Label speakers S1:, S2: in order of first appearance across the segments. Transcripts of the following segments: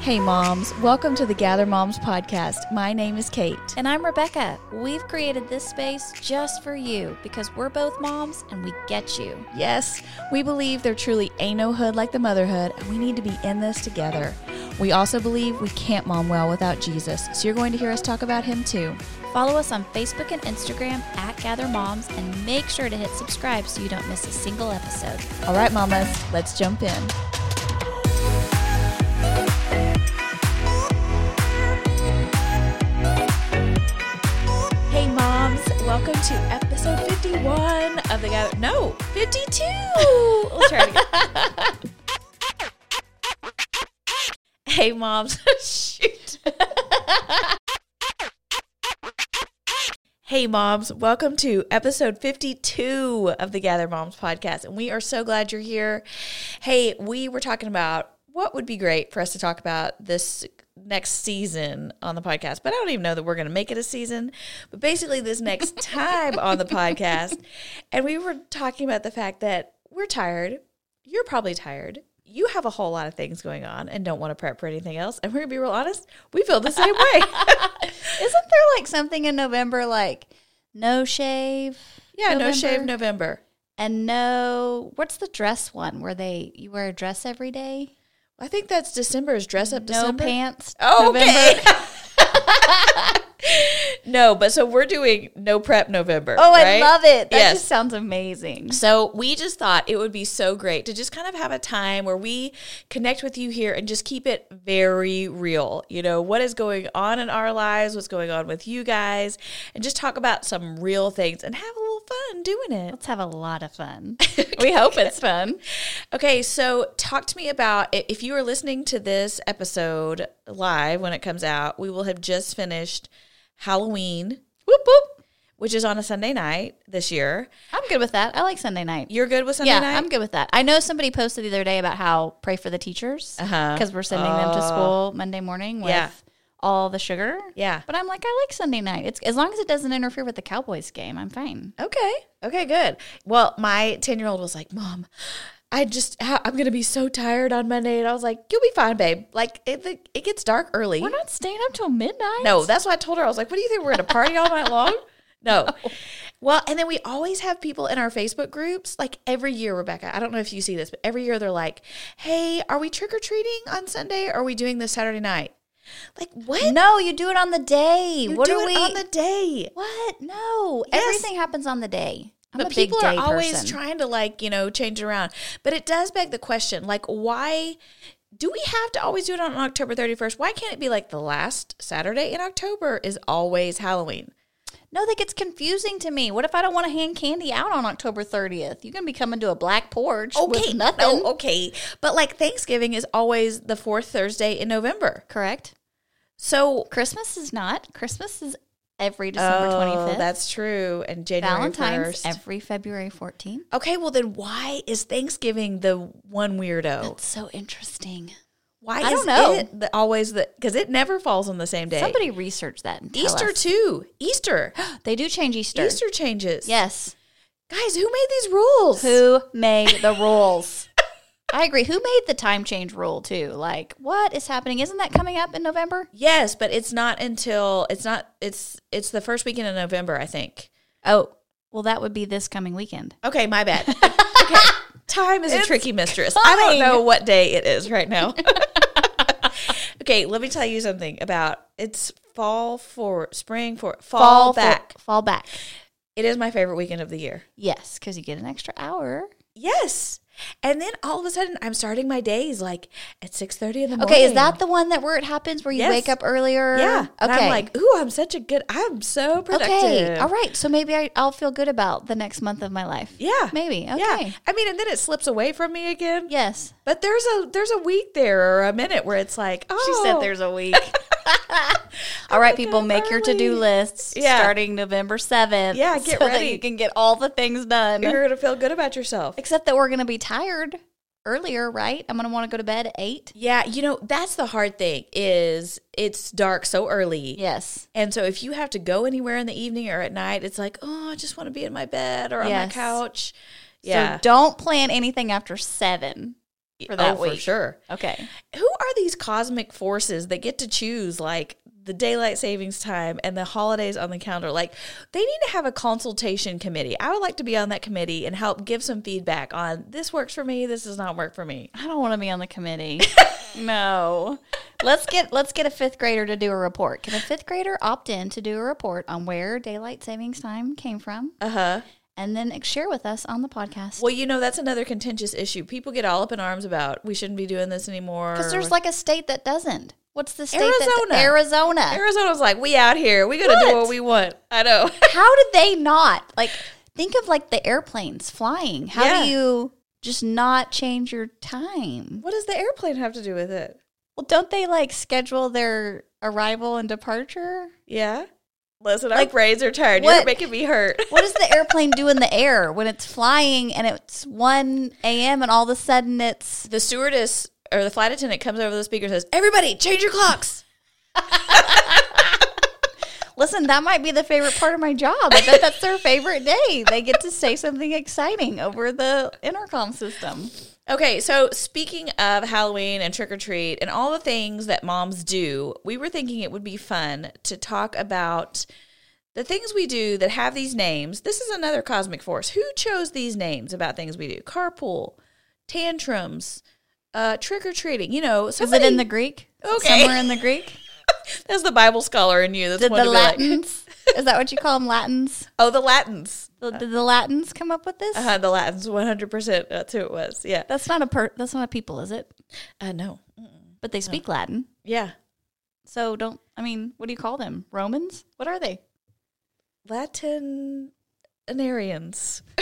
S1: Hey, moms, welcome to the Gather Moms podcast. My name is Kate.
S2: And I'm Rebecca. We've created this space just for you because we're both moms and we get you.
S1: Yes, we believe there truly ain't no hood like the motherhood, and we need to be in this together. We also believe we can't mom well without Jesus, so you're going to hear us talk about him too.
S2: Follow us on Facebook and Instagram at Gather Moms and make sure to hit subscribe so you don't miss a single episode.
S1: All right, mamas, let's jump in. Hey, moms, welcome to episode 51 of the Gather. No, 52.
S2: Let's try it again.
S1: Hey, moms. Shoot. hey, moms. Welcome to episode 52 of the Gather Moms podcast. And we are so glad you're here. Hey, we were talking about what would be great for us to talk about this next season on the podcast, but I don't even know that we're going to make it a season. But basically, this next time on the podcast. And we were talking about the fact that we're tired. You're probably tired. You have a whole lot of things going on and don't want to prep for anything else. And we're going to be real honest, we feel the same way.
S2: Isn't there like something in November like no shave
S1: yeah, no
S2: November.
S1: shave November.
S2: and no, what's the dress one where they, you wear a dress every day?
S1: I think that's December's dress up
S2: No
S1: December.
S2: pants.
S1: Oh,
S2: November.
S1: okay. no, but so we're doing no prep November.
S2: Oh, I
S1: right?
S2: love it. That
S1: Yes.
S2: just sounds amazing.
S1: So we just thought it would be so great to just kind of have a time where we connect with you here and just keep it very real. You know, what is going on in our lives, what's going on with you guys, and just talk about some real things and have a little fun doing it.
S2: Let's have a lot of fun. we hope it's fun.
S1: Okay, so talk to me about i- if you are listening to this episode live when it comes out, we will have just finished Halloween,
S2: Whoop whoop.
S1: which is on a Sunday night this year.
S2: I'm good with that. I like Sunday night.
S1: You're good with Sunday
S2: yeah,
S1: night?
S2: I'm good with that. I know somebody posted the other day about how pray for the teachers
S1: Uh-huh. Oh.
S2: because we're sending them to school Monday morning with
S1: Yeah.
S2: all the sugar.
S1: Yeah.
S2: But I'm like, I like Sunday night. It's as long as it doesn't interfere with the Cowboys game, I'm fine.
S1: Okay. Okay, good. Well, my 10 year old was like, Mom, I just, how, I'm going to be so tired on Monday. And I was like, You'll be fine, babe. Like, it, it, it gets dark early.
S2: We're not staying up till midnight.
S1: no, that's what I told her. I was like, What do you think? We're going to party all night long? No. Well, and then we always have people in our Facebook groups, like every year, Rebecca. I don't know if you see this, but every year they're like, Hey, are we trick or treating on Sunday? Or are we doing this Saturday night? Like, what?
S2: no, you do it on the day.
S1: You
S2: Mm, what
S1: do
S2: are
S1: it
S2: we?
S1: on the day?
S2: what? No,
S1: Yes.
S2: everything happens on the day. I'm
S1: but
S2: a big
S1: people
S2: day
S1: are always
S2: person.
S1: trying to like you know change it around but it does beg the question like why do we have to always do it on october 31st why can't it be like the last saturday in october is always halloween
S2: No, that gets confusing to me. What if I don't want to hand candy out on October 30th? You're going to be coming to a black porch with nothing.
S1: no, oh. okay but like thanksgiving is always the fourth thursday in november
S2: Correct.
S1: so
S2: Christmas is not. Christmas is every December
S1: Oh,
S2: 25th.
S1: that's true and january
S2: Valentine's
S1: 1st.
S2: every February 14th.
S1: okay well then why is thanksgiving the one weirdo
S2: That's so interesting.
S1: why is
S2: I don't know.
S1: it the, always the because it never falls on the same day
S2: Somebody research that. And tell
S1: Easter
S2: us.
S1: too. Easter.
S2: They do change Easter.
S1: Easter changes.
S2: Yes.
S1: Guys, who made these rules?
S2: Who made the rules? I agree. Who made the time change rule too? Like, what is happening? Isn't that coming up in November?
S1: Yes, but it's not until it's not it's it's the first weekend of November, I think.
S2: Oh, well, that would be this coming weekend.
S1: Okay, my bad. okay. Time is a tricky mistress. I
S2: coming.
S1: don't know what day it is right now. okay, let me tell you something about it's fall for spring for fall,
S2: for-
S1: back.
S2: fall back.
S1: it is my favorite weekend of the year.
S2: Yes, because you get an extra hour.
S1: Yes. And then all of a sudden I'm starting my days like at 6:30 in the morning.
S2: Okay, is that the one that where it happens where you
S1: Yes.
S2: wake up earlier?
S1: Yeah.
S2: Okay.
S1: And I'm like, ooh, I'm such a good, I'm so productive.
S2: okay. All right. So maybe I, I'll feel good about the next month of my life.
S1: Yeah.
S2: Maybe. Okay.
S1: Yeah. I mean, and then it slips away from me again.
S2: Yes.
S1: But there's a there's a week there or a minute where it's like, oh,
S2: a week. all right, people,
S1: God,
S2: make your to do
S1: early.
S2: lists
S1: Yeah.
S2: starting November 7th.
S1: Yeah, get
S2: so that
S1: ready.
S2: you can get all the things done.
S1: you're gonna feel good about yourself.
S2: Except that we're going to be tired earlier, right? I'm going to want to go to bed at 8.
S1: Yeah, you know that's the hard thing is it's dark so early.
S2: Yes.
S1: And so if you have to go anywhere in the evening or at night, it's like, oh, I just want to be in my bed or on my
S2: Yes.
S1: couch. Yeah.
S2: So don't plan anything after 7. for that
S1: oh,
S2: week.
S1: for sure.
S2: Okay.
S1: Who are these cosmic forces that get to choose like the daylight savings time and the holidays on the calendar? Like they need to have a consultation committee. I would like to be on that committee and help give some feedback on this works for me, this does not work for me.
S2: I don't want to be on the committee. no. Let's get let's get a fifth grader to do a report. Can a fifth grader opt in to do a report on where daylight savings time came from?
S1: Uh-huh.
S2: And then share with us on the podcast.
S1: Well, you know, that's another contentious issue. People get all up in arms about we shouldn't be doing this anymore.
S2: Because there's like a state that doesn't. What's the state
S1: Arizona.
S2: that Arizona?
S1: Arizona's like, we out here. We gotta do
S2: What?
S1: what we want. I know.
S2: How did they not like think of like the airplanes flying? How
S1: Yeah.
S2: do you just not change your time?
S1: what does the airplane have to do with it?
S2: Well, don't they like schedule their arrival and departure?
S1: Yeah. Listen,
S2: Like,
S1: our brains are tired. You're
S2: what-
S1: making me hurt.
S2: What does the airplane do in the air when it's flying and it's 1 a.m. and all of a sudden it's
S1: the stewardess or the flight attendant comes over to the speaker and says, Everybody, change your clocks.
S2: listen, that might be the favorite part of my job. I bet that's their favorite day. They get to say something exciting over the intercom system.
S1: Okay, so speaking of Halloween and trick or treat and all the things that moms do, we were thinking it would be fun to talk about the things we do that have these names. This is another cosmic force. Who chose these names about things we do? Carpool, tantrums, uh, trick or treating. You know,
S2: Is
S1: somebody,
S2: it in the Greek?
S1: Okay.
S2: Somewhere in the Greek?
S1: that's the Bible scholar in you. That's
S2: Did
S1: one
S2: the
S1: to be like,
S2: Latins? is that what you call them, Latins?
S1: oh, the Latins.
S2: The- Did the Latins come up with this?
S1: Uh, the Latins, one hundred percent. That's who it was. Yeah.
S2: That's not a per- that's not a people, is it?
S1: Uh, no.
S2: But they speak Latin,
S1: Yeah.
S2: so don't. I mean, what do you call them? Romans? What are they?
S1: Latinarians.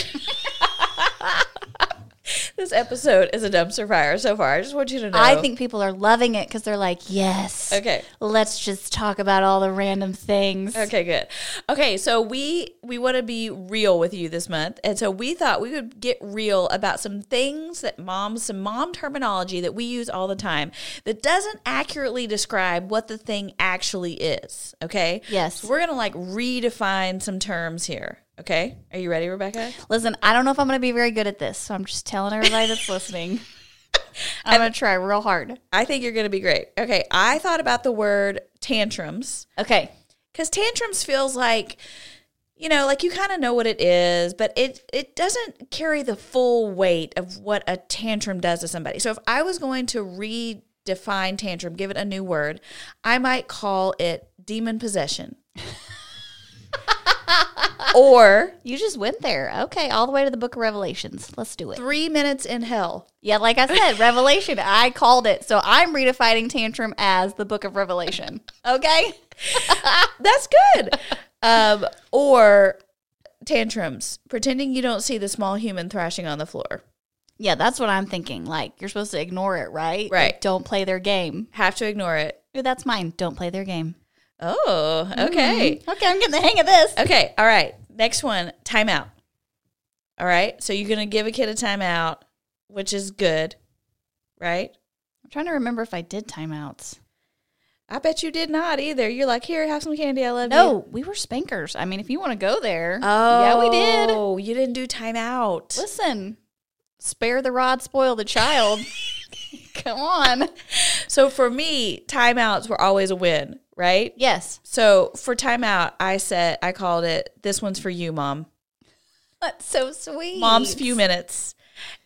S1: this episode is a dumpster fire so far. I just want you to know.
S2: I think people are loving it because they're like, yes,
S1: Okay.
S2: let's just talk about all the random things.
S1: Okay, good. Okay, so we we want to be real with you this month, and so we thought we would get real about some things that moms, some mom terminology that we use all the time that doesn't accurately describe what the thing actually is. Okay.
S2: Yes.
S1: So we're gonna like redefine some terms here. Okay. Are you ready, Rebecca?
S2: Listen, I don't know if I'm going to be very good at this, so I'm just telling everybody that's listening. I'm going to try real hard.
S1: I think you're going to be great. Okay, I thought about the word tantrums
S2: Okay.
S1: because tantrums feels like, you know, like you kind of know what it is, but it it doesn't carry the full weight of what a tantrum does to somebody. So if I was going to redefine tantrum, give it a new word, I might call it demon possession. or
S2: You just went there. Okay, all the way to the book of Revelations. Let's do it.
S1: three minutes in hell.
S2: Yeah, like I said, Revelation, I called it. So I'm redefining tantrum as the book of Revelation. Okay?
S1: That's good. um, or tantrums, pretending you don't see the small human thrashing on the floor.
S2: Yeah, that's what I'm thinking. Like, you're supposed to ignore it, right?
S1: Right.
S2: Like, don't play their game.
S1: Have to ignore it.
S2: Ooh, that's mine. Don't play their game.
S1: Oh, okay.
S2: Mhm. Okay, I'm getting the hang of this.
S1: Okay. All right. Next one timeout. All right. So you're going to give a kid a timeout, which is good, right?
S2: I'm trying to remember if I did timeouts.
S1: I bet you did not either. You're like, here, have some candy. I love you.
S2: No, we were spankers. I mean, if you want to go there.
S1: Oh,
S2: Yeah, we did.
S1: Oh, you didn't do timeout.
S2: Listen, spare the rod, spoil the child. Come on.
S1: So for me, timeouts were always a win, right?
S2: Yes.
S1: So for timeout, I said I called it this one's for you, mom.
S2: That's so sweet.
S1: Mom's few minutes.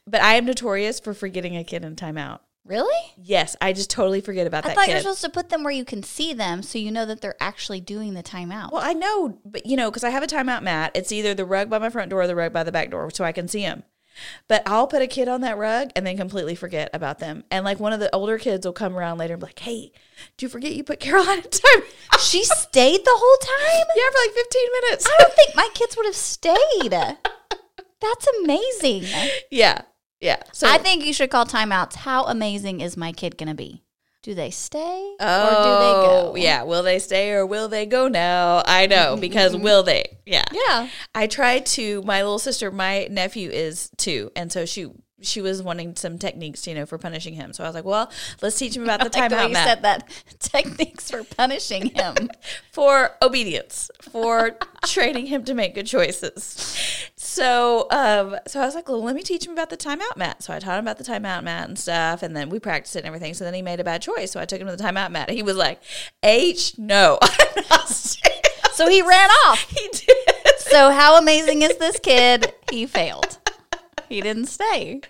S1: But I am notorious for forgetting a kid in timeout.
S2: Really?
S1: Yes, I just totally forget about
S2: I
S1: that
S2: thought
S1: kid.
S2: you're supposed to put them where you can see them so you know that they're actually doing the timeout.
S1: well, I know, but you know, because I have a timeout mat. It's either the rug by my front door or the rug by the back door, so I can see him. But I'll put a kid on that rug and then completely forget about them. And like one of the older kids will come around later and be like, "Hey, do you forget you put Caroline in timeout?"
S2: she stayed the whole time?
S1: yeah, for like fifteen minutes.
S2: I don't think my kids would have stayed. That's amazing.
S1: yeah, yeah. So
S2: I think you should call timeouts. How amazing is my kid going to be? Do they stay or do they go?
S1: Oh, Yeah, will they stay or will they go now? I know because will they? Mm-hmm, Yeah.
S2: Yeah.
S1: I try to my little sister, my nephew is 2, and so she she was wanting some techniques, you know, for punishing him. So I was like, well, let's teach him about the
S2: Like the way
S1: timeout
S2: you
S1: mat
S2: said that techniques for punishing him.
S1: for obedience, for training him to make good choices. So, um, so I was like, well, let me teach him about the timeout mat. So I taught him about the timeout mat and stuff, and then we practiced it and everything. So then he made a bad choice. So I took him to the timeout mat. He was like, H, no. I'm not serious."
S2: so he ran off.
S1: he did.
S2: So how amazing is this kid? He failed. He didn't stay.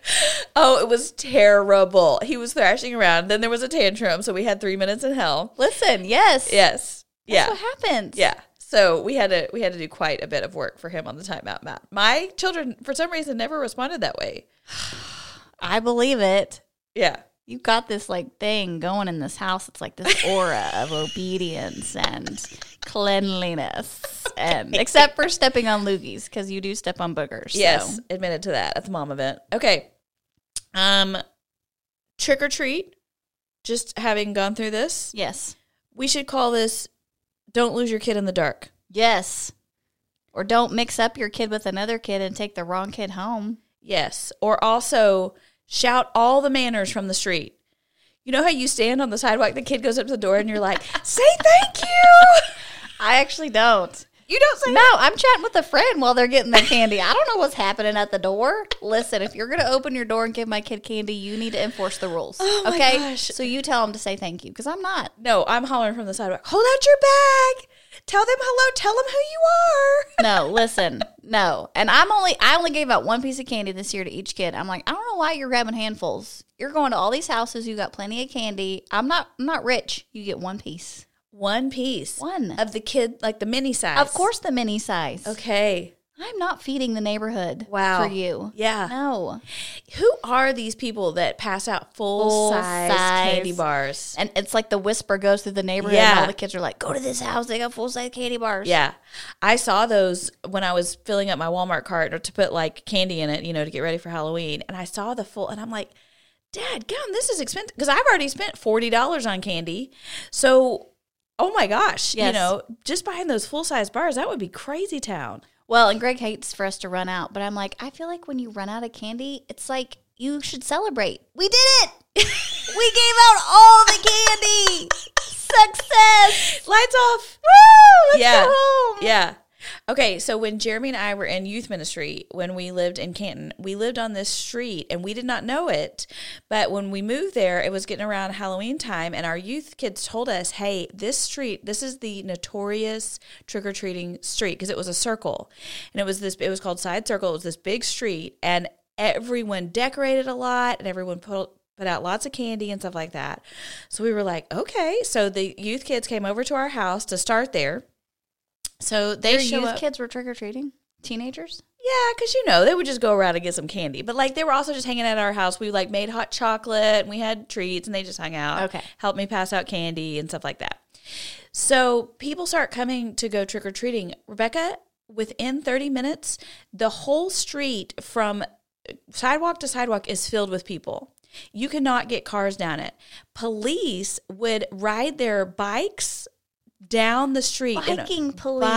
S1: Oh, it was terrible. He was thrashing around. Then there was a tantrum, so we had three minutes in hell.
S2: Listen, yes.
S1: Yes.
S2: That's
S1: Yeah.
S2: what happens.
S1: Yeah. So we had to we had to do quite a bit of work for him on the timeout mat. My children, for some reason, never responded that way.
S2: I believe it.
S1: Yeah.
S2: You got this like thing going in this house. It's like this aura of obedience and cleanliness. And except for stepping on loogies, because you do step on boogers. so.
S1: Yes. Admitted to that at the mom event. Okay. Um, trick or treat. Just having gone through this,
S2: Yes.
S1: we should call this "Don't lose your kid in the dark."
S2: Yes. Or don't mix up your kid with another kid and take the wrong kid home.
S1: Yes. Or also shout all the manners from the street. You know how you stand on the sidewalk, the kid goes up to the door, and you're like, "Say thank you."
S2: I actually don't.
S1: You don't say
S2: No, I'm chatting with a friend while they're getting their candy. I don't know what's happening at the door. Listen, if you're going to open your door and give my kid candy, you need to enforce the rules.
S1: my
S2: okay?
S1: gosh.
S2: So you tell them to say thank you because I'm not.
S1: No, I'm hollering from the sidewalk. Hold out your bag. Tell them hello. Tell them who you are.
S2: No, listen, no. And I'm only I only gave out one piece of candy this year to each kid. I'm like, I don't know why you're grabbing handfuls. You're going to all these houses. You got plenty of candy. I'm not I'm not rich. You get one piece.
S1: One piece.
S2: One.
S1: Of the kid, like the mini size.
S2: Of course, the mini size.
S1: Okay.
S2: I'm not feeding the neighborhood.
S1: Wow.
S2: for you.
S1: Yeah.
S2: No,
S1: Who are these people that pass out full, size,
S2: Full-size.
S1: candy bars?
S2: and it's like the whisper goes through the neighborhood. and
S1: Yeah.
S2: all the kids are like, "Go to this house. They got full size candy bars."
S1: Yeah. I saw those when I was filling up my Walmart cart or to put like candy in it, you know, to get ready for Halloween. And I saw the full, and I'm like, Dad, gum, this is expensive. Because I've already spent $40 on candy. So, oh my gosh, you
S2: Yes.
S1: know, just buying those full size bars, that would be crazy town.
S2: Well, and Greg hates for us to run out, but I'm like, I feel like when you run out of candy, it's like you should celebrate. We did it. we gave out all the candy. Success.
S1: Lights off.
S2: Woo! Let's
S1: Yeah.
S2: go home.
S1: Yeah. Okay, so when Jeremy and I were in youth ministry when we lived in Canton, we lived on this street and we did not know it. But when we moved there, it was getting around Halloween time, and our youth kids told us, hey, this street, this is the notorious trick or treating street because it was a circle. And it was this, it was called Side Circle. It was this big street, and everyone decorated a lot and everyone put, put out lots of candy and stuff like that. So we were like, okay. So the youth kids came over to our house to start there. So they
S2: Your
S1: show
S2: youth
S1: up.
S2: kids were trick or treating. Teenagers.
S1: Yeah, because you know they would just go around and get some candy, but like they were also just hanging at our house. We like made hot chocolate and we had treats, and they just hung out.
S2: Okay.
S1: helped me pass out candy and stuff like that. So people start coming to go trick or treating. Rebecca, within thirty minutes, the whole street from sidewalk to sidewalk is filled with people. You cannot get cars down it. Police would ride their bikes down the street. in a-
S2: Biking police.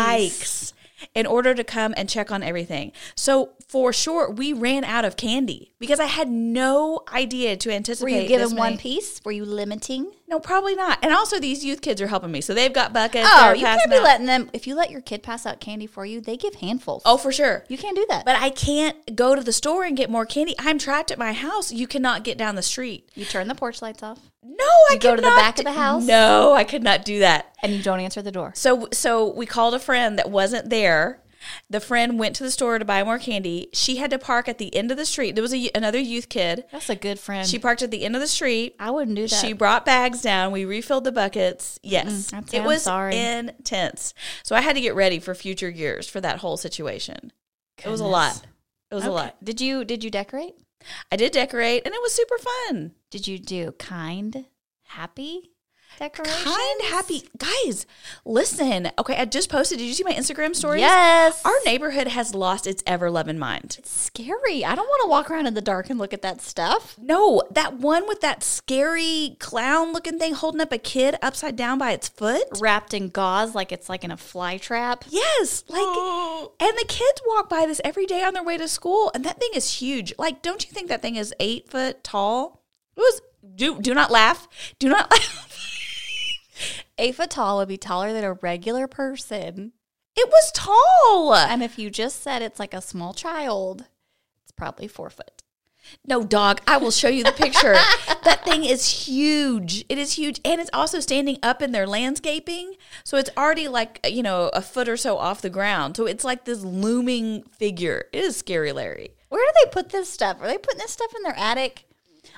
S1: bikes in order to come and check on everything. So for sure, we ran out of candy because I had no idea to
S2: Were
S1: anticipate.
S2: you given
S1: this
S2: one
S1: many-
S2: piece? Were you limiting?
S1: No, probably not. And also, these youth kids are helping me, so they've got buckets.
S2: Oh,
S1: they're
S2: you can't
S1: passing
S2: be
S1: out-
S2: letting them. If you let your kid pass out candy for you, they give handfuls.
S1: Oh, for sure.
S2: you can't do that.
S1: But I can't go to the store and get more candy. I'm trapped at my house. You cannot get down the street.
S2: you turn the porch lights off
S1: No, I
S2: You go to the
S1: could not
S2: back of
S1: do-
S2: the house?
S1: No, I could not do that.
S2: and you don't answer the door.
S1: So so we called a friend that wasn't there. The friend went to the store to buy more candy. She had to park at the end of the street. There was a, another youth kid.
S2: That's a good friend.
S1: She parked at the end of the street.
S2: I wouldn't do that.
S1: She brought bags down. We refilled the buckets. Yes,
S2: Mm-mm, I'd say
S1: it
S2: I'm
S1: was
S2: sorry.
S1: intense. So I had to get ready for future years for that whole situation. It was a lot. It was a lot.
S2: Did you did you decorate?
S1: I did decorate, and it was super fun.
S2: Did you do kind, happy? decorations.
S1: Kind, happy guys. Listen, okay. I just posted. Did you see my Instagram stories?
S2: Yes.
S1: Our neighborhood has lost its ever loving mind.
S2: scary. I don't want to walk around in the dark and look at that stuff.
S1: No, that one with that scary clown looking thing holding up a kid upside down by its foot.
S2: Wrapped in gauze like it's like in a fly trap.
S1: Yes, like, and the kids walk by this every day on their way to school, and that thing is huge. Like, don't you think that thing is eight foot tall? It was. Do do not laugh. Do not laugh.
S2: Eight foot tall would be taller than a regular person.
S1: It was tall.
S2: And if you just said it's like a small child, it's probably four foot.
S1: No, dog. I will show you the picture. that thing is huge. It is huge, and it's also standing up in their landscaping, so it's already like you know a foot or so off the ground. So it's like this looming figure. It is scary, Larry.
S2: Where do they put this stuff? Are they putting this stuff in their attic?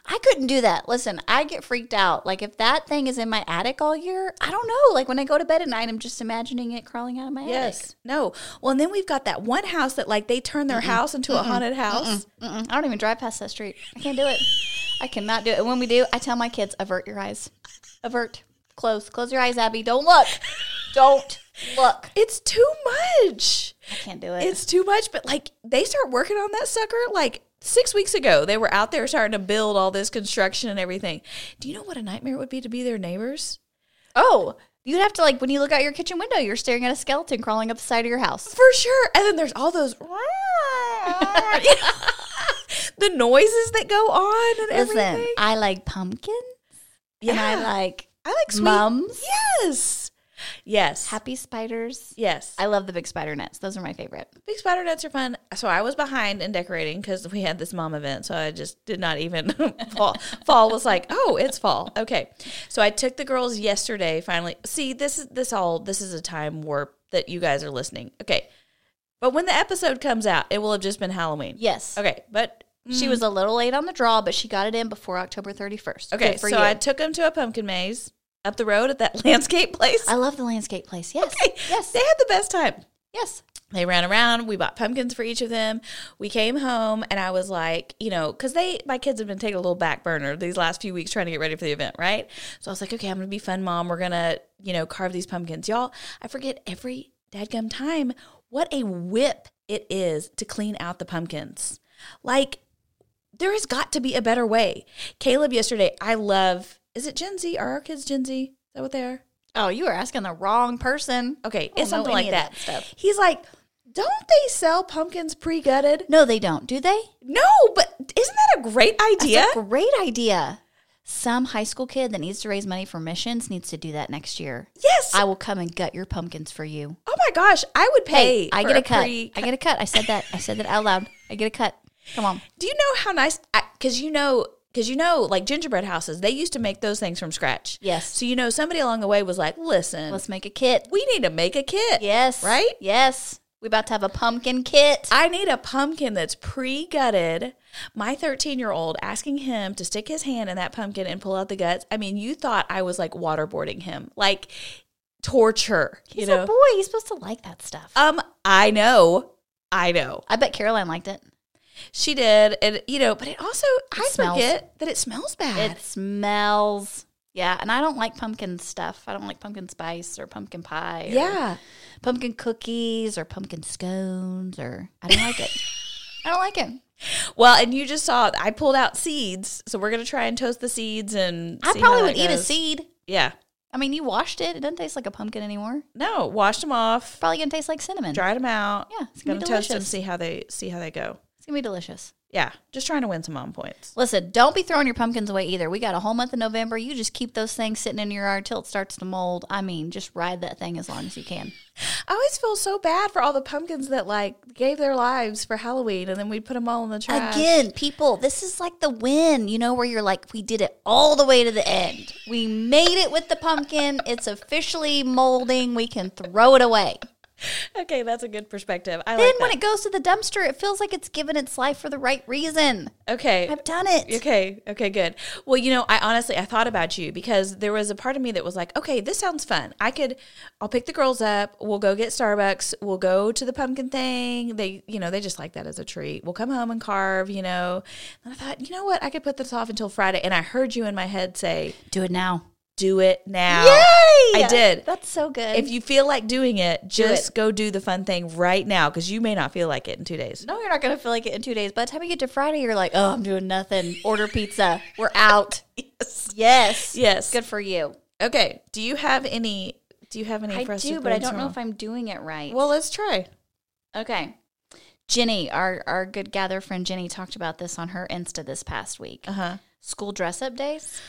S2: I couldn't do that. Listen, I get freaked out. Like if that thing is in my attic all year, I don't know. Like when I go to bed at night, I'm just imagining it crawling out of my
S1: Yes. No. Well, and then we've got that one house that like they turn their house into a haunted house.
S2: attic. Mm-mm, Mm, I don't even drive past that street. I can't do it. I cannot do it. And when we do, I tell my kids, avert your eyes. Avert. Close. Close your eyes, Abby. Don't look. Don't look.
S1: It's too much.
S2: I can't do it.
S1: It's too much. But like they start working on that sucker like six weeks ago. They were out there starting to build all this construction and everything. Do you know what a nightmare it would be to be their neighbors?
S2: oh, you'd have to like when you look out your kitchen window, you're staring at a skeleton crawling up the side of your house.
S1: For sure. And then there's all those the noises that go on and
S2: Listen,
S1: everything.
S2: I like pumpkins. And I
S1: Yeah.
S2: like
S1: I like sweet.
S2: mums.
S1: Yes. Yes.
S2: Happy spiders.
S1: Yes.
S2: I love the big spider nets. Those are my favorite.
S1: Big spider nets are fun. So I was behind in decorating because we had this mom event. So I just did not even fall. Fall was like, oh, it's fall. Okay. So I took the girls yesterday. Finally, see this is this all this is a time warp that you guys are listening. Okay, but when the episode comes out, it will have just been Halloween.
S2: Yes.
S1: Okay, but
S2: She was a little late on the draw, but she got it in before October 31st.
S1: okay.
S2: Good for
S1: So
S2: you.
S1: I took them to a pumpkin maze up the road at that landscape place.
S2: I love the landscape place. Yes.
S1: Okay.
S2: Yes.
S1: They had the best time.
S2: Yes.
S1: they ran around we bought pumpkins for each of them we came home and i was like you know because they my kids have been taking a little back burner these last few weeks trying to get ready for the event right so i was like okay i'm gonna be fun mom we're gonna you know carve these pumpkins y'all i forget every dadgum time what a whip it is to clean out the pumpkins like there has got to be a better way caleb yesterday i love is it gen z are our kids gen z is that what they are
S2: Oh, you were asking the wrong person.
S1: okay
S2: don't
S1: it's something
S2: know any
S1: like
S2: of
S1: that.
S2: that stuff.
S1: he's like don't they sell pumpkins pre-gutted
S2: No, they don't. Do they?
S1: no, but isn't that a great idea?
S2: That's a great idea. Some high school kid that needs to raise money for missions needs to do that next year.
S1: yes.
S2: I will come and gut your pumpkins for you.
S1: oh my gosh, I would pay.
S2: Hey, I
S1: for
S2: get a cut.
S1: pre-
S2: I get a cut. I said that. I said that out loud. I get a cut. Come on.
S1: Do you know how nice? Because you know, because you know, like gingerbread houses, they used to make those things from scratch.
S2: Yes.
S1: So you know, somebody along the way was like, "Listen,
S2: Let's make a kit.
S1: we need to make a kit.
S2: Yes.
S1: Right?
S2: Yes. We about to have a pumpkin kit.
S1: I need a pumpkin that's pre-gutted." My 13-year-old asking him to stick his hand in that pumpkin and pull out the guts. I mean, you thought I was like waterboarding him, like torture.
S2: He's
S1: you know.
S2: a boy. He's supposed to like that stuff.
S1: um, I know. I know.
S2: Oh. I bet Caroline liked it.
S1: She did, and you know, but it also I
S2: smells.
S1: forget that it smells bad.
S2: It smells. Yeah, and I don't like pumpkin stuff. I don't like pumpkin spice or pumpkin pie. Or
S1: yeah,
S2: Pumpkin cookies or pumpkin scones or I don't like it. I don't like it.
S1: well, and you just saw I pulled out seeds, so we're gonna try and toast the seeds, and
S2: I
S1: see how
S2: probably
S1: that
S2: would eat a
S1: goes.
S2: seed.
S1: Yeah,
S2: I mean, you washed it. It doesn't taste like a pumpkin anymore.
S1: no, washed them off,
S2: Probably gonna taste like cinnamon.
S1: dried them out.
S2: Yeah, it's gonna
S1: gonna
S2: be
S1: toast them,
S2: delicious.
S1: see how they see how they go.
S2: It's gonna be delicious.
S1: Yeah, just trying to win some mom points.
S2: Listen, don't be throwing your pumpkins away either. We got a whole month of November. You just keep those things sitting in your yard till it starts to mold. I mean, just ride that thing as long as you can.
S1: I always feel so bad for all the pumpkins that like gave their lives for Halloween, and then we'd put them all in the trash.
S2: Again, people, this is like the win, you know, where you're like, we did it all the way to the end. We made it with the pumpkin. It's officially molding. We can throw it away.
S1: Okay, that's a good perspective. I
S2: Then
S1: like
S2: when it goes to the dumpster, it feels like it's given its life for the right reason.
S1: that. Okay,
S2: I've done it.
S1: Okay. Okay. Good. Well, you know, I honestly I thought about you because there was a part of me that was like, okay, this sounds fun. I could, I'll pick the girls up. We'll go get Starbucks. We'll go to the pumpkin thing. They, you know, they just like that as a treat. We'll come home and carve. You know. And I thought, you know what? I could put this off until Friday. And I heard you in my head say,
S2: Do it now.
S1: do it now.
S2: Yay!
S1: I did.
S2: That's so good.
S1: If you feel like doing it, just
S2: it.
S1: go do the fun thing right now because you may not feel like it in two days.
S2: no, you're not going to feel like it in two days. By the time you get to Friday, you're like, oh, I'm doing nothing. Order pizza. We're out.
S1: Yes.
S2: Yes.
S1: Yes.
S2: Good for you.
S1: Okay. Do you have any? Do you have any?
S2: I
S1: for us to
S2: do,
S1: put
S2: but I
S1: in
S2: don't know
S1: tomorrow?
S2: if I'm doing it right.
S1: Well, let's try.
S2: okay. Jenny, our, our good gather friend Jenny, talked about this on her Insta this past week.
S1: Uh huh.
S2: School dress up days?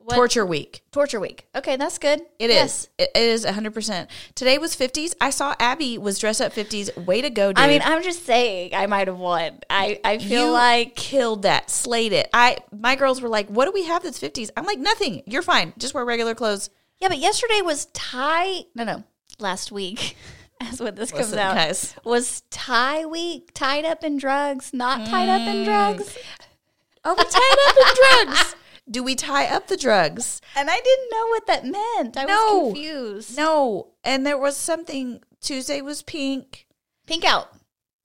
S2: What-
S1: Torture week.
S2: Torture week. Okay, that's good.
S1: It is. It, it is 100%. Today was 50s. I saw Abby was dressed up 50s. Way to go, dude.
S2: I mean, I'm just saying I might have won. I, I feel
S1: you
S2: like
S1: killed that, slayed it. I my girls were like, "What do we have that's 50s?" I'm like, "Nothing. You're fine. Just wear regular clothes."
S2: Yeah, but yesterday was Thai. No, no, last week, as when this comes
S1: Listen,
S2: out,
S1: guys.
S2: was Thai week. Tied up in drugs, not tied up
S1: Mm.
S2: in drugs. Oh,
S1: Are we tied up in drugs? Do we tie up the drugs?
S2: And I didn't know what that meant. I
S1: No.
S2: was confused.
S1: No. And there was something Tuesday was pink.
S2: Pink out,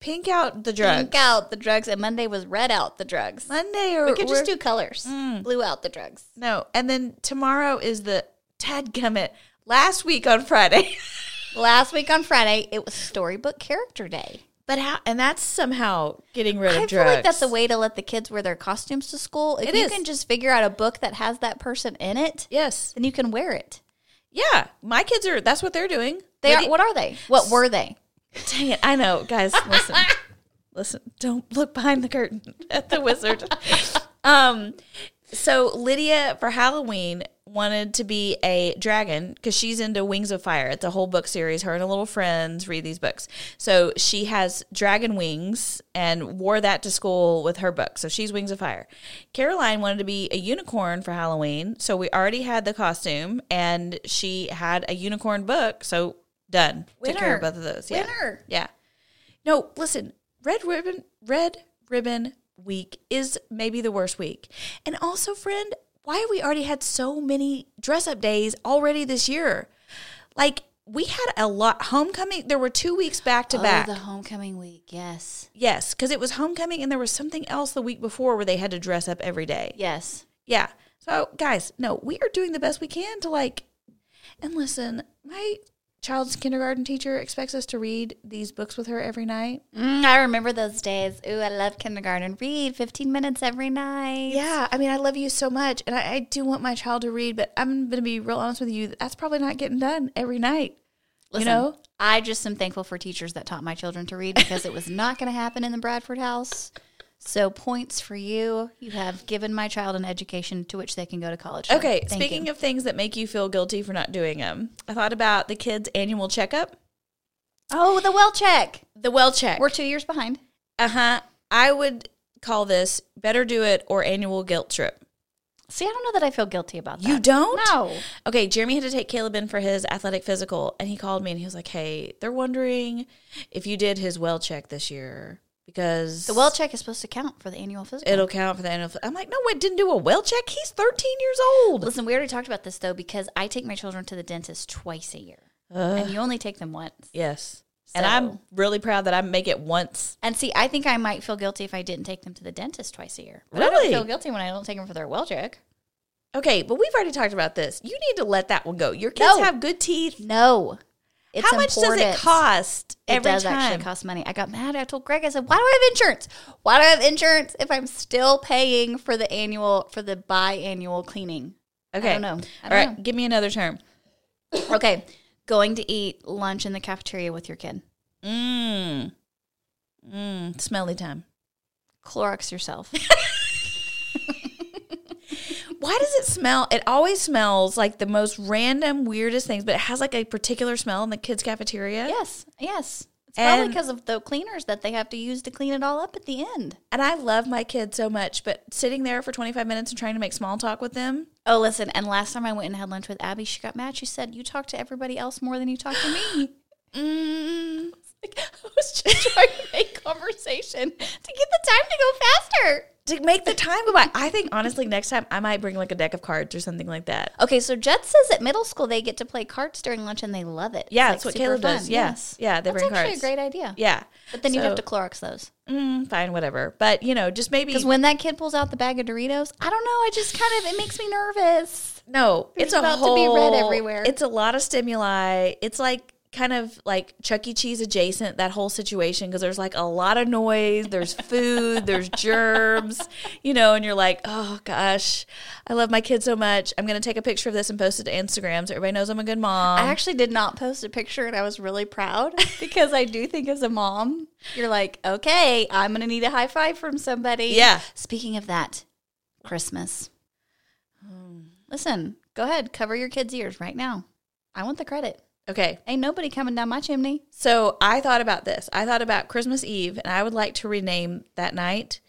S1: Pink out the drugs.
S2: pink out the drugs, and Monday was red out the drugs.
S1: Monday or
S2: We could just
S1: we're-
S2: do colors. Blue out the drugs.
S1: No. And then tomorrow is the Tad Gummit. Last week on Friday.
S2: Last week on Friday, it was Storybook Character Day.
S1: but how and that's somehow getting rid
S2: I
S1: of drugs.
S2: feel like that's a way to let the kids wear their costumes to school. If
S1: It
S2: you
S1: is.
S2: can just figure out a book that has that person in it,
S1: Yes.
S2: then you can wear it.
S1: Yeah. My kids are that's what they're doing.
S2: They
S1: Lydia-
S2: are. What are they? What were they?
S1: Dang it. I know. Guys, listen. listen. Don't look behind the curtain at the wizard. um so Lydia for Halloween wanted to be a dragon because she's into Wings of Fire. It's a whole book series. Her and her little friends read these books. So she has dragon wings and wore that to school with her book. So she's Wings of Fire. Caroline wanted to be a unicorn for Halloween. So we already had the costume and she had a unicorn book. So done. Took care of
S2: Winner.
S1: both of those. Yeah.
S2: Winner.
S1: Yeah. No, listen, red ribbon red ribbon week is maybe the worst week. And also, friend, why have we already had so many dress up days already this year? Like we had a lot homecoming there were two weeks back to back.
S2: Oh, the homecoming week. Yes.
S1: yes, because it was homecoming and there was something else the week before where they had to dress up every day.
S2: Yes.
S1: Yeah. So guys, no, we are doing the best we can to like and listen, my child's kindergarten teacher expects us to read these books with her every night.
S2: Mm, I remember those days. Ooh, I love kindergarten. Read 15 minutes every night.
S1: Yeah, I mean, I love you so much, and I, I do want my child to read, but I'm going to be real honest with you. That's probably not getting done every night.
S2: Listen,
S1: You know?
S2: I just am thankful for teachers that taught my children to read because it was not going to happen in the Bradford house. So points for you. You have given my child an education to which they can go to college. for.
S1: Okay,
S2: Thank
S1: speaking
S2: you.
S1: of things that make you feel guilty for not doing them, I thought about the kids' annual checkup,
S2: oh, the well check.
S1: the well check.
S2: We're two years behind.
S1: Uh huh. I would call this better do it or annual guilt trip.
S2: See, I don't know that I feel guilty about that.
S1: You don't?
S2: No.
S1: Okay, Jeremy had to take Caleb in for his athletic physical, and he called me and he was like, "Hey, they're wondering if you did his well check this year because
S2: The well check is supposed to count for the annual physical.
S1: it'll count for the NFL. I'm like, no, it didn't do a well check. He's 13 years old.
S2: Listen, we already talked about this though because I take my children to the dentist twice a year, and you only take them once.
S1: Yes. And I'm
S2: So-
S1: really proud that I make it once.
S2: And see, I think I might feel guilty if I didn't take them to the dentist twice a year. But I
S1: Really?
S2: don't feel guilty when I don't take them for their well check.
S1: Okay, but we've already talked about this. You need to let that one go. Your kids
S2: No.
S1: have good teeth.
S2: No, it's
S1: How much does it
S2: important.
S1: cost
S2: It
S1: every
S2: does
S1: time?
S2: actually cost money. I got mad. I told Greg, I said, "Why do I have insurance? Why do I have insurance if I'm still paying for the annual for the biannual cleaning?"
S1: okay.
S2: don't know. I
S1: All
S2: don't
S1: right,
S2: know.
S1: give me another term.
S2: Okay, going to eat lunch in the cafeteria with your kid.
S1: Mmm. Mmm. Smelly time.
S2: Clorox yourself.
S1: Why does it smell? It always smells like the most random, weirdest things, but it has like a particular smell in the kids' cafeteria.
S2: Yes, yes. It's probably
S1: And-
S2: because of the cleaners that they have to use to clean it all up at the end.
S1: And I love my kids so much, but sitting there for 25 minutes and trying to make small talk with them,
S2: Oh, listen. And last time I went and had lunch with Abby, she got mad. She said, "You talk to everybody else more than you talk to me."
S1: mm,
S2: I was just trying to make conversation to get the time to go faster.
S1: to make the time go by. I think honestly, next time I might bring like a deck of cards or something like that.
S2: Okay, so Jet says at middle school they get to play cards during lunch and they love it.
S1: Yeah, that's
S2: It's, like,
S1: what
S2: super
S1: Caleb
S2: fun.
S1: does. Yes, yeah, they
S2: That's
S1: bring
S2: actually
S1: cards.
S2: a great idea.
S1: yeah,
S2: But then you'd have
S1: So-
S2: to Clorox those.
S1: mm, fine, whatever. But you know, just maybe
S2: Because when that kid pulls out the bag of Doritos, I don't know. I just kind of, it makes me nervous.
S1: No,
S2: There's
S1: it's a
S2: about to
S1: whole,
S2: be red everywhere.
S1: It's a lot of stimuli. It's like kind of like Chuck E. Cheese adjacent that whole situation because there's like a lot of noise. There's food. there's germs. You know, and you're like, oh gosh, I love my kid so much. I'm gonna take a picture of this and post it to Instagram so everybody knows I'm a good mom.
S2: I actually did not post a picture and I was really proud because I do think as a mom, you're like, okay, I'm going to need a high five from somebody.
S1: Yeah.
S2: Speaking of that, Christmas. Listen, go ahead, cover your kids' ears right now. I want the credit.
S1: okay,
S2: Ain't nobody coming down my chimney.
S1: so I thought about this. I thought about Christmas Eve, and I would like to rename that night.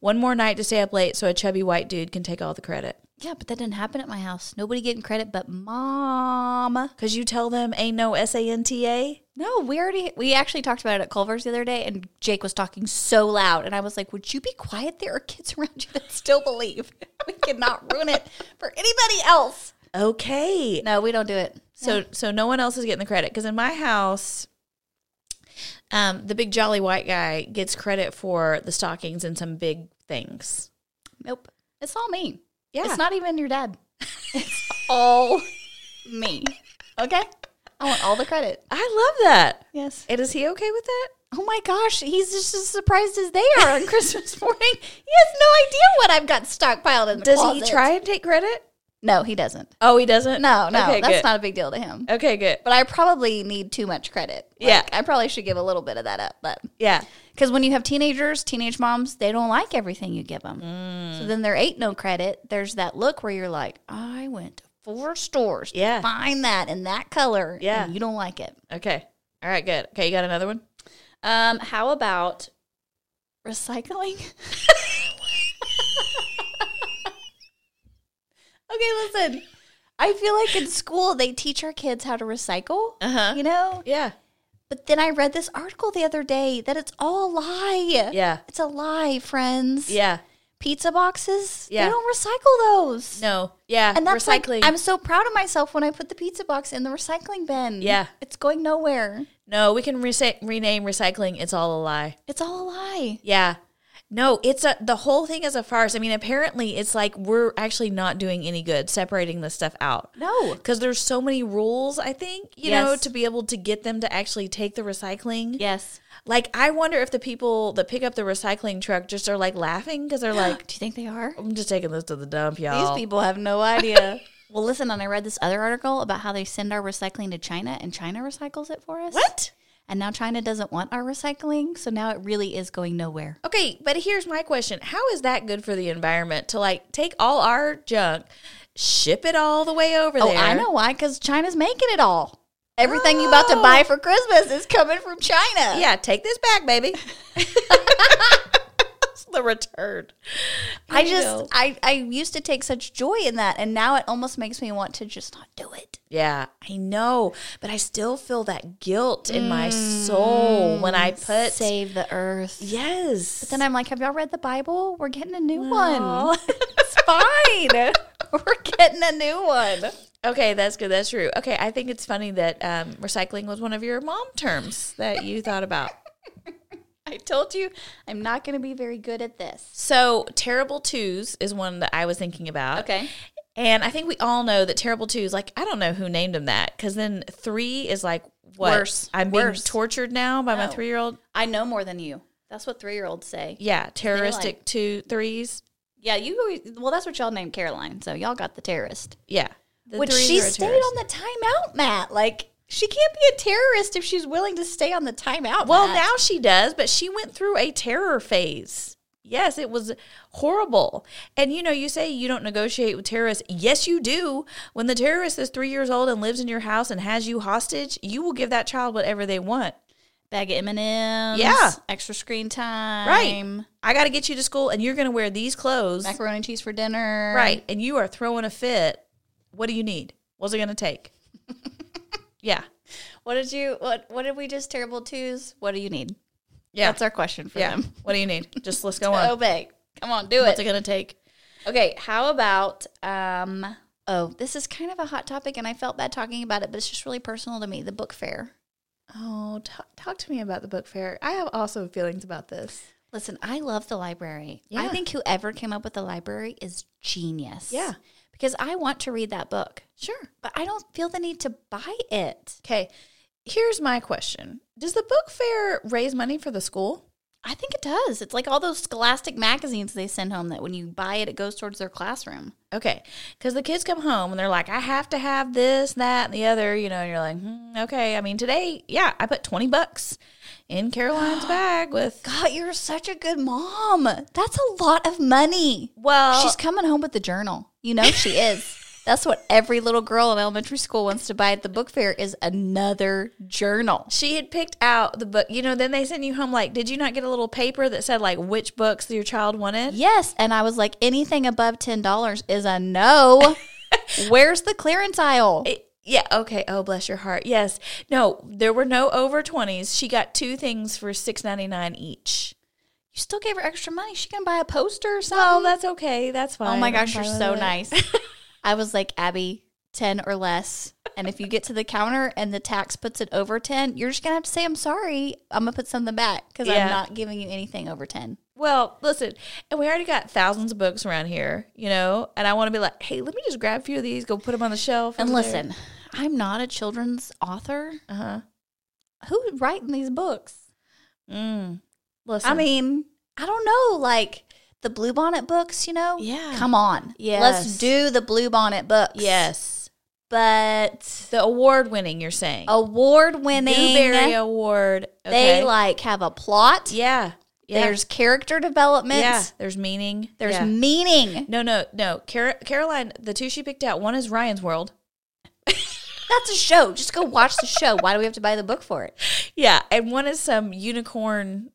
S1: One more night to stay up late so a chubby white dude can take all the credit.
S2: Yeah, but that didn't happen at my house. Nobody getting credit but mom.
S1: Because you tell them ain't no S A N T A.
S2: No, we already we actually talked about it at Culver's the other day, and Jake was talking so loud, and I was like, "Would you be quiet? There are kids around you that still believe. we cannot ruin it for anybody else."
S1: Okay.
S2: No, we don't do it.
S1: So so no one else is getting the credit because in my house, um, the big jolly white guy gets credit for the stockings and some big things.
S2: Nope, it's all me.
S1: Yeah.
S2: it's not even your dad. It's all me. Okay, I want all the credit.
S1: I love that.
S2: Yes.
S1: And is he okay with that?
S2: Oh my gosh, he's just as surprised as they are on Christmas morning. He has no idea what I've got stockpiled in the
S1: Does
S2: closet.
S1: he try and take credit?
S2: No, he doesn't.
S1: Oh, he doesn't.
S2: No, no,
S1: Okay,
S2: that's
S1: good.
S2: not a big deal to him.
S1: Okay, good.
S2: but I probably need too much credit. Like,
S1: Yeah.
S2: I probably should give a little bit of that up, but
S1: Yeah.
S2: because when you have teenagers, teenage moms, they don't like everything you give them. So then there ain't no credit. There's that look where you're like, I went to four stores
S1: Yeah.
S2: to find that in that color,
S1: Yeah.
S2: and you don't like it.
S1: Okay. All right. Good. Okay. You got another one?
S2: Um, how about recycling? okay, listen. I feel like in school they teach our kids how to recycle. Uh-huh.
S1: Uh huh.
S2: You know,
S1: Yeah.
S2: But then I read this article the other day that it's all a lie.
S1: Yeah.
S2: It's a lie, friends.
S1: Yeah.
S2: Pizza boxes,
S1: Yeah.
S2: they don't recycle those.
S1: No. Yeah.
S2: And that's
S1: recycling.
S2: like I'm so proud of myself when I put the pizza box in the recycling bin.
S1: Yeah.
S2: It's going nowhere.
S1: no, we can rese- rename recycling. It's all a lie.
S2: It's all a lie.
S1: Yeah. No, it's a the whole thing is a farce. I mean, apparently it's like we're actually not doing any good separating this stuff out.
S2: No.
S1: Cuz there's so many rules, I think, you know,
S2: Yes.
S1: to be able to get them to actually take the recycling.
S2: Yes.
S1: Like I wonder if the people that pick up the recycling truck just are like laughing cuz they're like
S2: Like, do you think they are?
S1: I'm just taking this to the dump, y'all.
S2: These people have no idea. well, listen, and I read this other article about how they send our recycling to China and China recycles it for us.
S1: What?
S2: And now China doesn't want our recycling, so now it really is going nowhere.
S1: Okay, but here's my question. How is that good for the environment to like take all our junk, ship it all the way over
S2: Oh,
S1: there?
S2: I know why. Because China's making it all. Everything you about to buy for Christmas is coming from China.
S1: Yeah, take this back, baby. It's the return.
S2: I
S1: you
S2: just,
S1: go.
S2: I, I used to take such joy in that, and now it almost makes me want to just not do it.
S1: Yeah, I know, but I still feel that guilt in my soul when I put.
S2: Save the earth.
S1: yes.
S2: Then I'm like, have y'all read the Bible? We're getting a new one.
S1: Aw.
S2: It's fine. We're getting a new one.
S1: okay, that's good. That's true. Okay, I think it's funny that um, recycling was one of your mom terms that you thought about.
S2: I told you I'm not going to be very good at this.
S1: So, terrible twos is one that I was thinking about. And I think we all know that terrible twos, like, I don't know who named him that because then three is like, what?
S2: Worse.
S1: I'm
S2: Worse.
S1: being tortured now by my
S2: No.
S1: three year old.
S2: I know more than you. That's what three year olds say.
S1: Yeah, terroristic two threes.
S2: Yeah, you. always- Well, that's what y'all named Caroline. So y'all got the terrorist.
S1: Yeah, the
S2: Which
S1: threes
S2: she
S1: are a
S2: stayed
S1: terrorist.
S2: on the timeout mat. Like she can't be a terrorist if she's willing to stay on the timeout.
S1: Well,
S2: mat.
S1: now she does, but she went through a terror phase. Yes, it was horrible. And you know, you say you don't negotiate with terrorists. Yes, you do. When the terrorist is three years old and lives in your house and has you hostage, you will give that child whatever they want.
S2: bag of M and M's.
S1: Yeah.
S2: extra screen time.
S1: Right. I got to get you to school and you're going to wear these clothes.
S2: macaroni and cheese for dinner.
S1: Right. And you are throwing a fit. What do you need? What's it going to take? yeah.
S2: What did you? What What did we just terrible twos? What do you need?
S1: Yeah.
S2: That's our question for
S1: yeah.
S2: them.
S1: What do you need? Just let's go on.
S2: Obey. Come on, do
S1: What's
S2: it.
S1: it gonna take?
S2: Okay, how about um oh, this is kind of a hot topic and I felt bad talking about it, but it's just really personal to me, the book fair.
S1: Oh, talk, talk to me about the book fair. I have also feelings about this.
S2: Listen, I love the library. I
S1: Yeah.
S2: think whoever came up with the library is genius.
S1: Yeah.
S2: Because I want to read that book,
S1: Sure.
S2: but I don't feel the need to buy it.
S1: Okay. Here's my question: Does the book fair raise money for the school?
S2: I think it does. It's like all those scholastic magazines they send home that when you buy it, it goes towards their classroom.
S1: Okay, because the kids come home and they're like, I have to have this, that, and the other, you know, and you're like, hmm, okay, I mean, today, yeah, I put 20 bucks in Caroline's bag with,
S2: God, you're such a good mom. That's a lot of money.
S1: well,
S2: She's coming home with the journal. You know she is. That's what every little girl in elementary school wants to buy at the book fair is another journal.
S1: she had picked out the book, you know, then they send you home, like, did you not get a little paper that said, like, which books your child wanted?
S2: Yes, and I was like, anything above ten dollars is a no. Where's the clearance aisle?
S1: It- yeah, okay, oh, bless your heart. Yes, no, there were no over 20s. She got two things for six ninety nine each.
S2: You still gave her extra money. She can buy a poster or
S1: Oh,
S2: something.
S1: that's okay. That's fine.
S2: oh my
S1: I'm
S2: gosh, you're
S1: fine with
S2: so
S1: it.
S2: nice. I was like, Abby, ten or less. And if you get to the counter and the tax puts it over ten, you're just gonna have to say, I'm sorry. I'm gonna put something back because
S1: Yeah.
S2: I'm not giving you anything over ten.
S1: Well, listen, and we already got thousands of books around here, you know, and I want to be like, hey, let me just grab a few of these, go put them on the shelf.
S2: And
S1: over there.
S2: listen, I'm not a children's author.
S1: uh-huh.
S2: Who's writing these books?
S1: Mm. Listen,
S2: I mean, I don't know. Like the Bluebonnet books, you know?
S1: Yeah.
S2: Come on.
S1: Yes.
S2: Let's do the Bluebonnet books.
S1: yes,
S2: But
S1: the award winning, you're saying.
S2: award winning,
S1: Newbery Award. oh, Okay.
S2: Oh, they like have a plot.
S1: yeah. yeah.
S2: There's character development.
S1: yeah. There's meaning.
S2: There's
S1: Yeah.
S2: meaning.
S1: no, no, no. Car- Caroline, the two she picked out, one is Ryan's World.
S2: That's a show. Just go watch the show. Why do we have to buy the book for it?
S1: Yeah, and one is some unicorn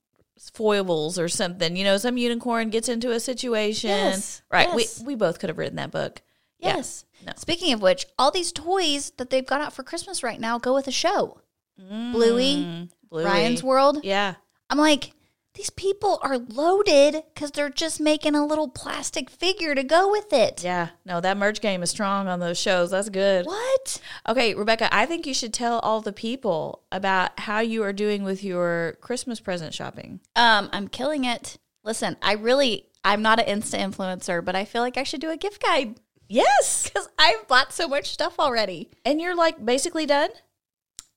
S1: foibles or something. You know, some unicorn gets into a situation.
S2: Yes,
S1: Right.
S2: yes.
S1: We we both could have written that book. Yeah,
S2: Yes.
S1: No.
S2: Speaking of which, all these toys that they've got out for Christmas right now go with a show. Bluey,
S1: Mm, Bluey.
S2: Ryan's World.
S1: Yeah.
S2: I'm like, these people are loaded because they're just making a little plastic figure to go with it.
S1: Yeah. No, that merch game is strong on those shows. That's good.
S2: What?
S1: Okay, Rebecca, I think you should tell all the people about how you are doing with your Christmas present shopping.
S2: Um, I'm killing it. Listen, I really, I'm not an Insta influencer, but I feel like I should do a gift guide
S1: Yes.
S2: because I've bought so much stuff already.
S1: And you're like basically done?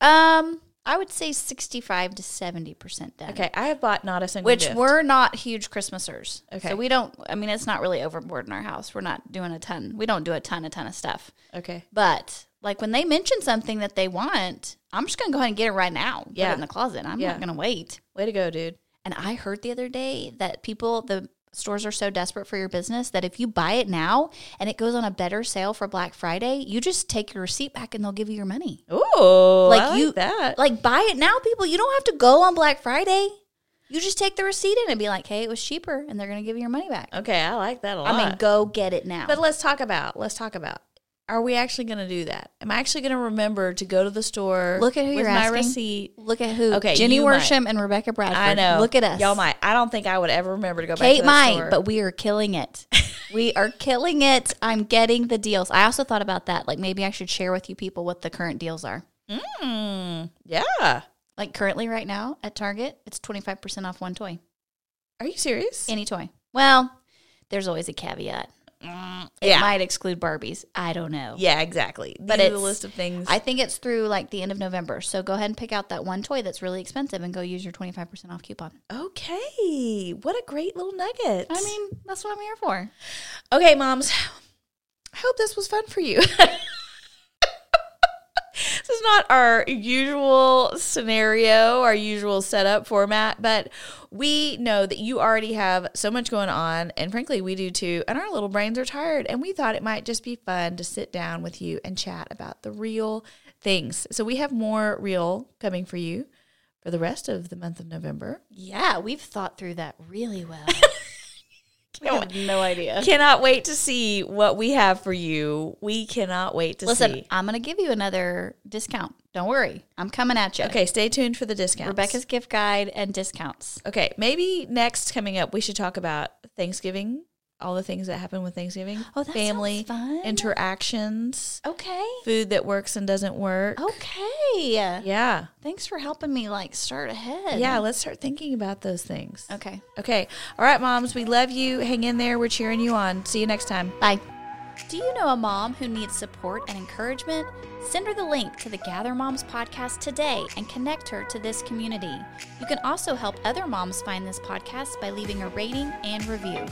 S2: Um, I would say 65 to 70% done.
S1: Okay, I have bought not a single
S2: Which
S1: gift.
S2: we're not huge Christmasers.
S1: Okay.
S2: So we don't, I mean, it's not really overboard in our house. We're not doing a ton. We don't do a ton, a ton of stuff.
S1: Okay.
S2: But like when they mention something that they want, I'm just gonna go ahead and get it right now. Put
S1: Yeah.
S2: it in the closet. I'm
S1: Yeah.
S2: not gonna wait.
S1: Way to go, dude.
S2: And I heard the other day that people the stores are so desperate for your business that if you buy it now and it goes on a better sale for Black Friday, you just take your receipt back and they'll give you your money.
S1: Ooh, like,
S2: Like
S1: I like
S2: you-
S1: that.
S2: Like buy it now, people. You don't have to go on Black Friday. You just take the receipt in and be like, "Hey, it was cheaper," and they're gonna give you your money back.
S1: Okay, I like that a lot.
S2: I mean, go get it now.
S1: But let's talk about let's talk about. Are we actually going to do that? Am I actually going to remember to go to the store?
S2: Look at who
S1: with
S2: you're
S1: my
S2: asking.
S1: receipt.
S2: Look at who?
S1: Okay,
S2: Jenny
S1: you might.
S2: Worsham and Rebecca Bradford.
S1: I know.
S2: Look at us.
S1: y'all. Might I don't think I would ever remember to go back.
S2: Kate
S1: to
S2: might,
S1: that store.
S2: but we are killing it. we are killing it. I'm getting the deals. I also thought about that. Like maybe I should share with you people what the current deals are.
S1: Mm, yeah.
S2: Like currently right now at Target, it's 25% off one toy.
S1: Are you serious?
S2: Any toy. Well, there's always a caveat.
S1: Mm,
S2: It
S1: yeah.
S2: might exclude Barbies. I don't know.
S1: yeah. Exactly. These
S2: But
S1: are the
S2: it's-
S1: list of things.
S2: I think it's through like the end of November. So go ahead and pick out that one toy that's really expensive and go use your 25% off coupon.
S1: okay. What a great little nugget.
S2: I mean, that's what I'm here for.
S1: okay, moms. I hope this was fun for you. this is not our usual scenario, our usual setup format, but we know that you already have so much going on. And frankly, we do too. And our little brains are tired. And we thought it might just be fun to sit down with you and chat about the real things. So we have more real coming for you for the rest of the month of November.
S2: Yeah, we've thought through that really well. We have no idea.
S1: Cannot wait to see what we have for you. We cannot wait to
S2: Listen,
S1: see.
S2: I'm going to give you another discount. Don't worry. I'm coming at you.
S1: Okay, stay tuned for the discounts.
S2: Rebecca's gift guide and discounts.
S1: Okay, maybe next coming up, we should talk about Thanksgiving, all the things that happen with Thanksgiving,
S2: Oh, that
S1: family
S2: sounds fun.
S1: interactions,
S2: Okay.
S1: food that works and doesn't work.
S2: Oh, Okay.
S1: Yeah.
S2: Thanks for helping me like start ahead.
S1: Yeah, let's start thinking about those things.
S2: Okay.
S1: Okay. All right, moms, we love you. Hang in there. We're cheering you on. See you next time.
S2: Bye. Do you know a mom who needs support and encouragement? Send her the link to the Gather Moms podcast today and connect her to this community. You can also help other moms find this podcast by leaving a rating and review.